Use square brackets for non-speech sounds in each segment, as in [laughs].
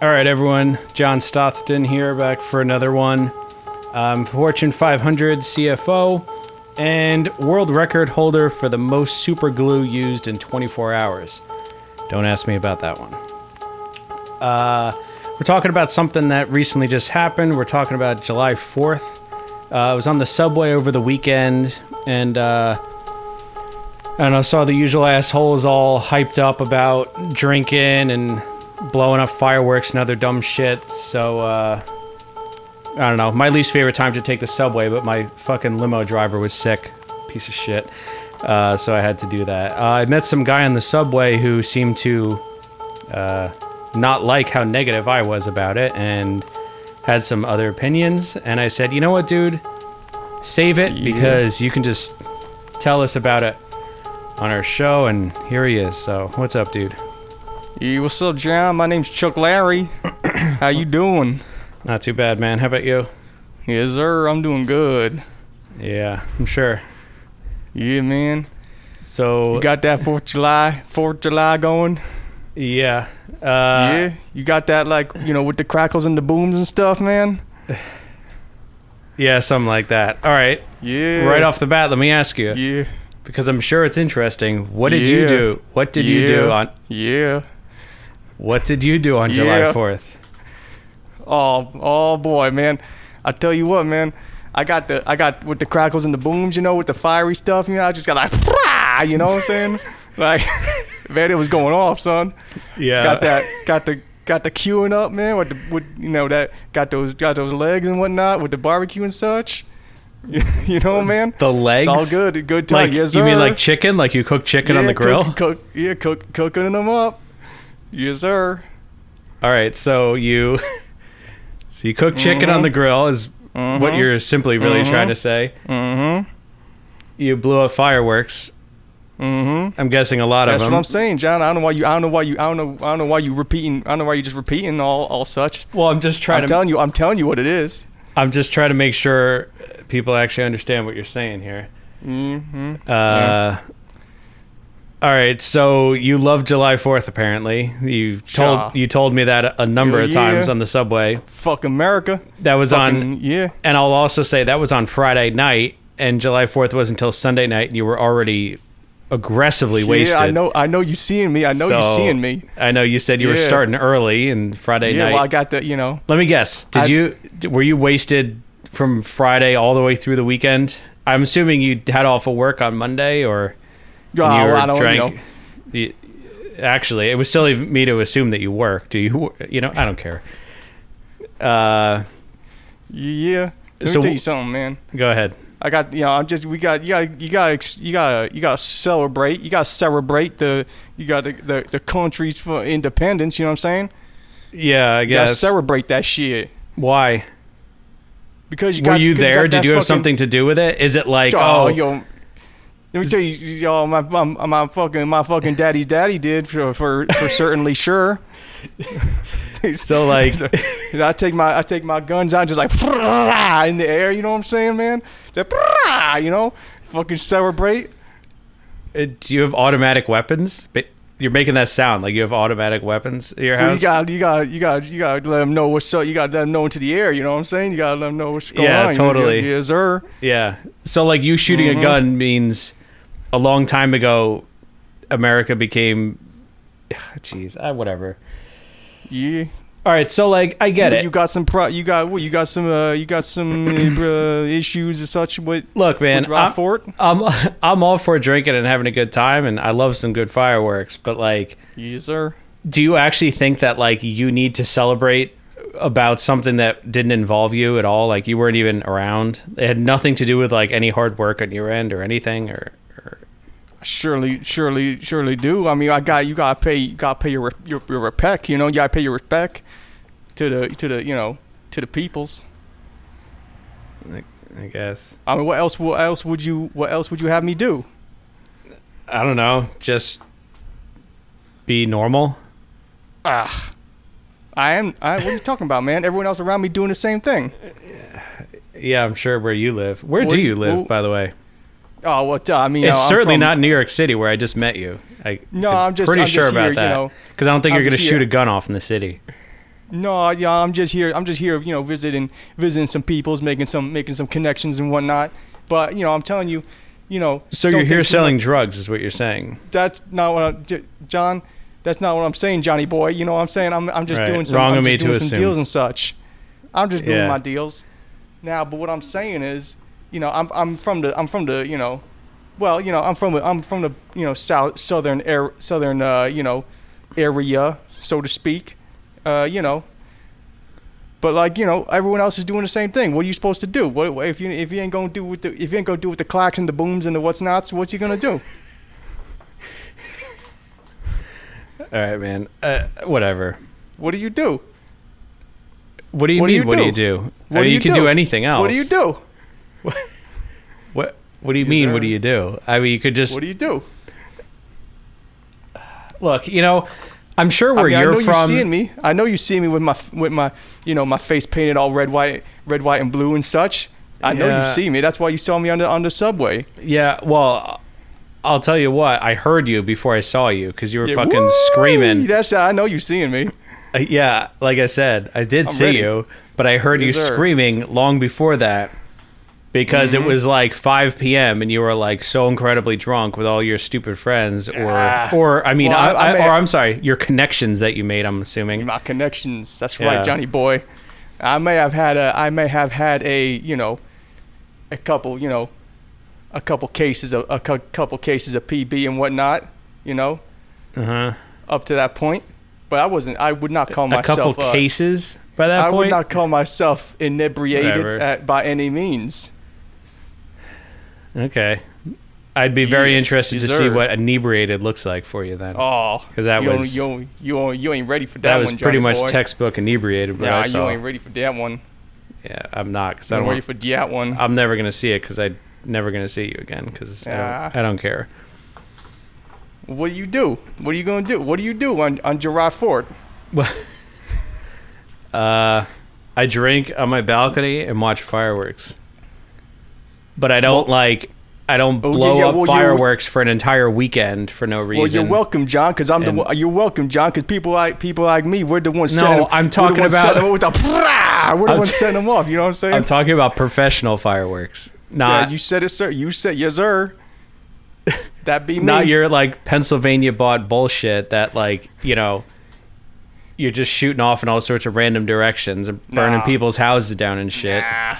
All right, everyone. John Stockton here, back for another one. Um, Fortune 500 CFO and world record holder for the most super glue used in 24 hours. Don't ask me about that one. Uh, we're talking about something that recently just happened. We're talking about July 4th. Uh, I was on the subway over the weekend and. Uh, and I saw the usual assholes all hyped up about drinking and blowing up fireworks and other dumb shit. So, uh, I don't know. My least favorite time to take the subway, but my fucking limo driver was sick. Piece of shit. Uh, so I had to do that. Uh, I met some guy on the subway who seemed to uh, not like how negative I was about it and had some other opinions. And I said, you know what, dude? Save it because you can just tell us about it on our show. And here he is. So, what's up, dude? Hey, what's up, John? My name's [coughs] Chuck Larry. How you doing? Not too bad, man. How about you? Yes, sir. I'm doing good. Yeah, I'm sure. Yeah, man. So You got that Fourth July, Fourth July going? yeah, uh, yeah. You got that like you know with the crackles and the booms and stuff, man. yeah, something like that. All right, Yeah. right off the bat, let me ask you Yeah. because I'm sure it's interesting. What did you Yeah. do? What did you do Yeah. on Yeah. What did you do on July Yeah. Fourth? Oh, oh boy, man. I tell you what, man. I got the I got with the crackles and the booms, you know, with the fiery stuff, you know, I just got like [laughs] "Prah," you know what I'm [laughs] saying? Like man, it was going off, son. Yeah, got that got the got the queuing up man with the with you know that got those got those legs and whatnot with the barbecue and such [laughs] you, you know man The legs. it's all good good time Like yes, you mean sir. like chicken? Like you cook chicken on Yeah, the grill? cook, cook, yeah cook, cooking them up yes sir All right, so you [laughs] so you cook chicken on the grill is what you're simply really trying to say. mm-hmm You blew up fireworks. mm-hmm I'm guessing a lot that's of what them. i'm saying john i don't know why you i don't know why you i don't know i don't know why you repeating i don't know why you just repeating all all such well, I'm just trying i'm to telling you i'm telling you what it is I'm just trying to make sure people actually understand what you're saying here. mm-hmm Uh, All right, so you love July Fourth, apparently. You told Sure. you told me that a number Hell of times yeah. on the subway. fuck america That was Fucking- on, yeah and I'll also say that was on Friday night, and July Fourth was until Sunday night, and you were already aggressively wasted. Yeah, I know. I know you seeing me. I know you So, seeing me. I know you said you were Yeah. starting early and Friday Yeah, night. well, I got the you know. Let me guess. Did I- you d- were you wasted from Friday all the way through the weekend? I'm assuming you had off of work on Monday, or Oh, and you well, were I don't drank- know. you- actually, it was silly of me to assume that you work. Do you? You know, I don't care. Uh, Yeah. Let So- me tell you something, man. go ahead. I got you know. I'm just we got you got you got you got you got to celebrate. You got to celebrate the you got the, the the country's for independence. You know what I'm saying? Yeah, I You got to guess. celebrate that shit Why? because you Were got. you because there? got Did that you have fucking- something to do with it? Is it like Oh, oh, yo. Let me tell you, y'all. My, my my fucking my fucking daddy's daddy did for for, [laughs] for certainly sure. so [laughs] like So, you know, I take my I take my guns out just like [laughs] in the air. You know what I'm saying, man? Just, [laughs] you know, fucking celebrate. uh, do you have automatic weapons? Ba- You're making that sound like you have automatic weapons at your house. Dude, you got you got you got you got to let them know what's up. You got to let them know into the air. You know what I'm saying? You got to let them know what's going Yeah, on. you know, totally. yeah, Yes, sir. Yeah. So like you shooting Mm-hmm. a gun means a long time ago America became [sighs] jeez, uh, whatever. Yeah. All right, so like I get But it. you got some pro. You got what? You got some. Uh, you got some uh, [coughs] issues and such. What? Look, man, with Rob I'm, Fort? I'm [laughs] I'm all for drinking and having a good time and I love some good fireworks, but like Yes, sir. do you actually think that like you need to celebrate about something that didn't involve you at all? Like you weren't even around. It had nothing to do with like any hard work on your end or anything or, or Surely, surely, surely do. I mean, I got you. Got to pay. You Got to pay your, re- your your respect. You know, you got to pay your respect to the to the you know to the peoples. I guess. I mean, what else? What else would you? What else would you have me do? I don't know, just be normal. Ah, I am. I, what are you talking about, man? Everyone else around me doing the same thing. Yeah, I'm sure where you live. Where Well, do you live, well, by the way? Oh, well, duh, I mean, it's I'm certainly from- not New York City where I just met you. I, No, I'm just- pretty I'm sure just about here, you that know. because I don't think I'm you're going to just shoot here. a gun off in the city. No, yeah, I'm just here. I'm just here, you know, visiting, visiting some peoples, making some, making some connections and whatnot. But you know, I'm telling you, you know. So don't you're here think too selling much- drugs, is what you're saying? That's not what I, J- John. That's not what I'm saying, Johnny boy. You know, what I'm saying I'm, I'm just Right. doing some, Wrong I'm of just me to doing some assume. deals and such. I'm just doing Yeah. my deals now. But what I'm saying is, you know, I'm, I'm from the, I'm from the, you know, well, you know, I'm from, the- I'm from the, you know, south, southern air, southern, uh, you know, area, so to speak. Uh, you know, but like you know, everyone else is doing the same thing. What are you supposed to do? What if you if you ain't gonna do with the if you ain't gonna do with the clacks and the booms and the what's nots? What's you gonna do? All right, man. Uh, whatever. What do you do? What do you What do mean? you what do do? you do? What I mean, do you, you can do do? anything else. What do you do? What What do you mean? sir. What do you do? I mean, you could just What do you do? look. You know, I'm sure where I mean, I you're know you from. seeing me. I know you see me with my with my you know my face painted all red, white, red, white, and blue and such. I know Yeah. you see me. That's why you saw me on the on the subway. Yeah. Well, I'll tell you what. I heard you before I saw you because you were Yeah, fucking woo! screaming. That's I know you seeing me. Uh, yeah, like I said, I did see ready. you, but I heard you Yes, sir. Mm-hmm. screaming long before that because it was like 5 p.m. and you were like so incredibly drunk with all your stupid friends or or I mean Ah. Well, I, I- I I- may- or I'm sorry, your connections that you made, I'm assuming. My connections. That's Yeah. right, Johnny boy. I may have had a I may have had a you know a couple you know a couple cases of a cou- couple cases of PB and whatnot. You know Uh-huh. up to that point, but I wasn't. I would not call A myself couple uh, cases by that I point. would not call myself inebriated Whatever. at, by any means. Okay. I'd be very Yeah, interested to see deserve. what inebriated looks like for you then. Oh, 'Cause that you don't- was- you don't- you don't- you ain't ready for that, that was one, pretty Johnny much boy. textbook inebriated what Nah, I you saw. ain't ready for that one. Yeah, I'm not cuz I You ain't don't ready for that one. I'm never gonna see it because I'm never gonna see you again because I, Ah. don't, I don't care. what do you do? What are you gonna do? What do you do on on July Fourth? Uh, I drink on my balcony and watch fireworks, but I don't like I don't Oh, yeah, blow yeah, up well, you're- fireworks for an entire weekend for no reason. Well, you're welcome, John. Because I'm the And- one, you're welcome, John. Because people like people like me, we're the ones. No, setting, I'm we're the talking ones about- setting them up with the prah! We're the I'm ones t- setting them off. You know what I'm saying? I'm talking about professional fireworks, yeah, not you said it, sir. You said yes, [laughs] sir. That be me. not your like Pennsylvania bought bullshit that like you know. You're just shooting off in all sorts of random directions and burning Nah. people's houses down and shit. Nah.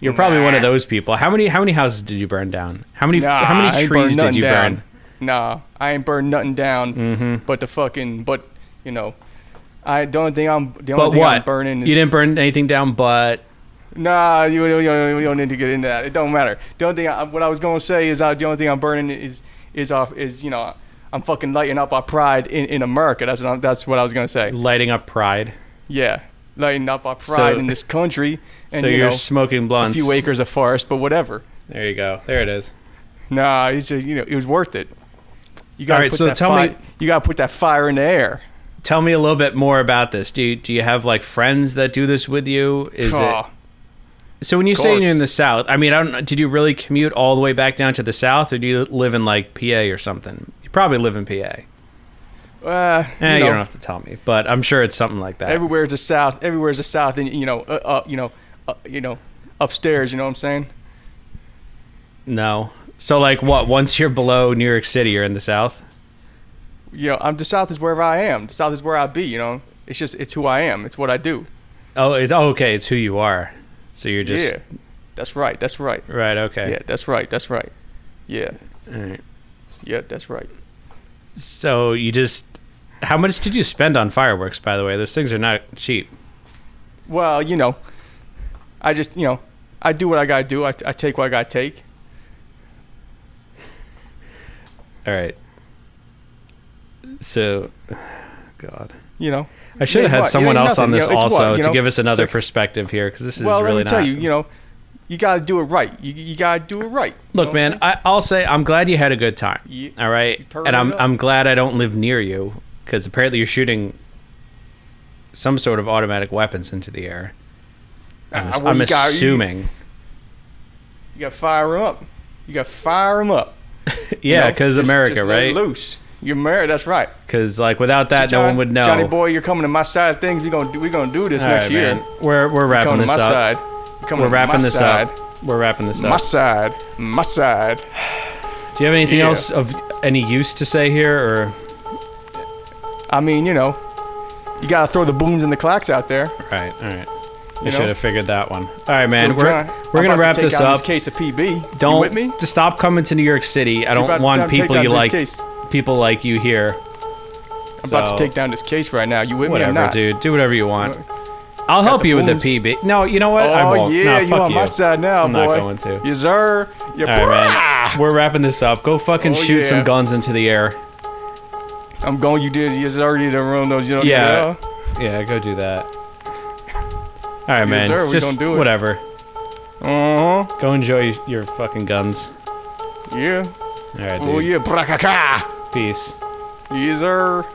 You're probably one of Nah. those people. How many how many houses did you burn down? How many Nah, how I many ain't burned trees did nothing you down. burn? Mm-hmm. Nah, I ain't burned nothing down. But the fucking, but you know, I the only thing I'm the only But thing what? I'm burning is you didn't burn anything down, but Nah, you, you, you, you don't need to get into that. It don't matter. The only thing I, what I was gonna say is uh, the only thing I'm burning is is off is you know I'm fucking lighting up our pride in, in America. That's what I'm, that's what I was gonna say. lighting up pride. Yeah, lighting up our pride So- in this country and so you you are know smoking a blunts. few acres of forest, but whatever. There you go. There it is. Nah, it's a, you know it was worth it. You gotta All right, put so that tell fi- me- you gotta put that fire in the air. Tell me a little bit more about this. Do you, do you have like friends that do this with you? Is Aw. it so when you say you're in course. the south? I mean, I don't. know, Did you really commute all the way back down to the south, or do you live in like PA or something? You probably live in PA. Eh, Uh, you, you know, don't have to tell me, but I'm sure it's something like that. everywhere's the south. Everywhere's the south, and you know, uh, uh, you know, uh, you know, upstairs. You know what I'm saying? no. So like what? Once you're below New York City, you're in the south. you know, I'm the South is wherever I am. The South is where I be. You know, it's just it's who I am. It's what I do. Oh, it's oh, okay. It's who you are. So you're just yeah, that's right. That's right. right. Okay. Yeah, that's right. That's right. Yeah, All right. yeah, that's right. So you just how much did you spend on fireworks? By the way, those things are not cheap. Well, you know, I just you know, I do what I gotta do. I, I take what I gotta take. All right. So, God, You know. I should have Ain't had what? It someone ain't else on nothing, this you know, it's also what, you to know? give us another It's like- perspective here because this is Well, really let me tell not. you. You know, you gotta do it right. You you gotta do it right. You know Look, what I'm man, I, I'll say I'm glad you had a good time. Ye- all right, you turned and I'm it up. I'm glad I don't live near you because apparently you're shooting some sort of automatic weapons into the air. I'm, Ah, ass- well, I'm you got- you- assuming. [laughs] saying? You gotta fire 'em up. You gotta fire 'em up. you yeah, know? because Just- America, just uh, let it right? Loose. You're married. That's right. Because like without that, no John- one would know. Johnny boy, you're coming to my side of things. We're gonna do, we're gonna do this All next right, year. man. We're we're You're wrapping coming to this my up. side. You're coming We're to wrapping my this side. up. We're wrapping this up. My side. My side. Do you have anything Yeah. else of any use to say here, or I mean, you know, you gotta throw the booms and the clocks out there. all right, all right. I You know? should have figured that one. All right, man. Yo, we're John, we're I'm gonna about wrap to take this out up. This case of PB. Don't you with me? to stop coming to New York City. I about don't to want take down people you this like case. people like you here. I'm about So, to take down this case right now. You with whatever, me or not? dude. Do whatever you want. I'll help the you with the booms. PB. No, you know what? Oh I won't. yeah, Nah, you fuck on my side now, I'm boy. not going to. Yes, sir. Yeah, All right, brah! man. We're wrapping this up. Go fucking Oh, shoot some yeah. guns into the air. I'm going. You did. Yes, sir. You didn't ruin those. You don't Yeah. Need to know. Yeah, go do that. All right, man. sir, we Just gonna do it. whatever. Uh-huh. Go enjoy your fucking guns. Yeah. All right, dude. Oh yeah. Brah-ka-ka. Peace. Yes, sir.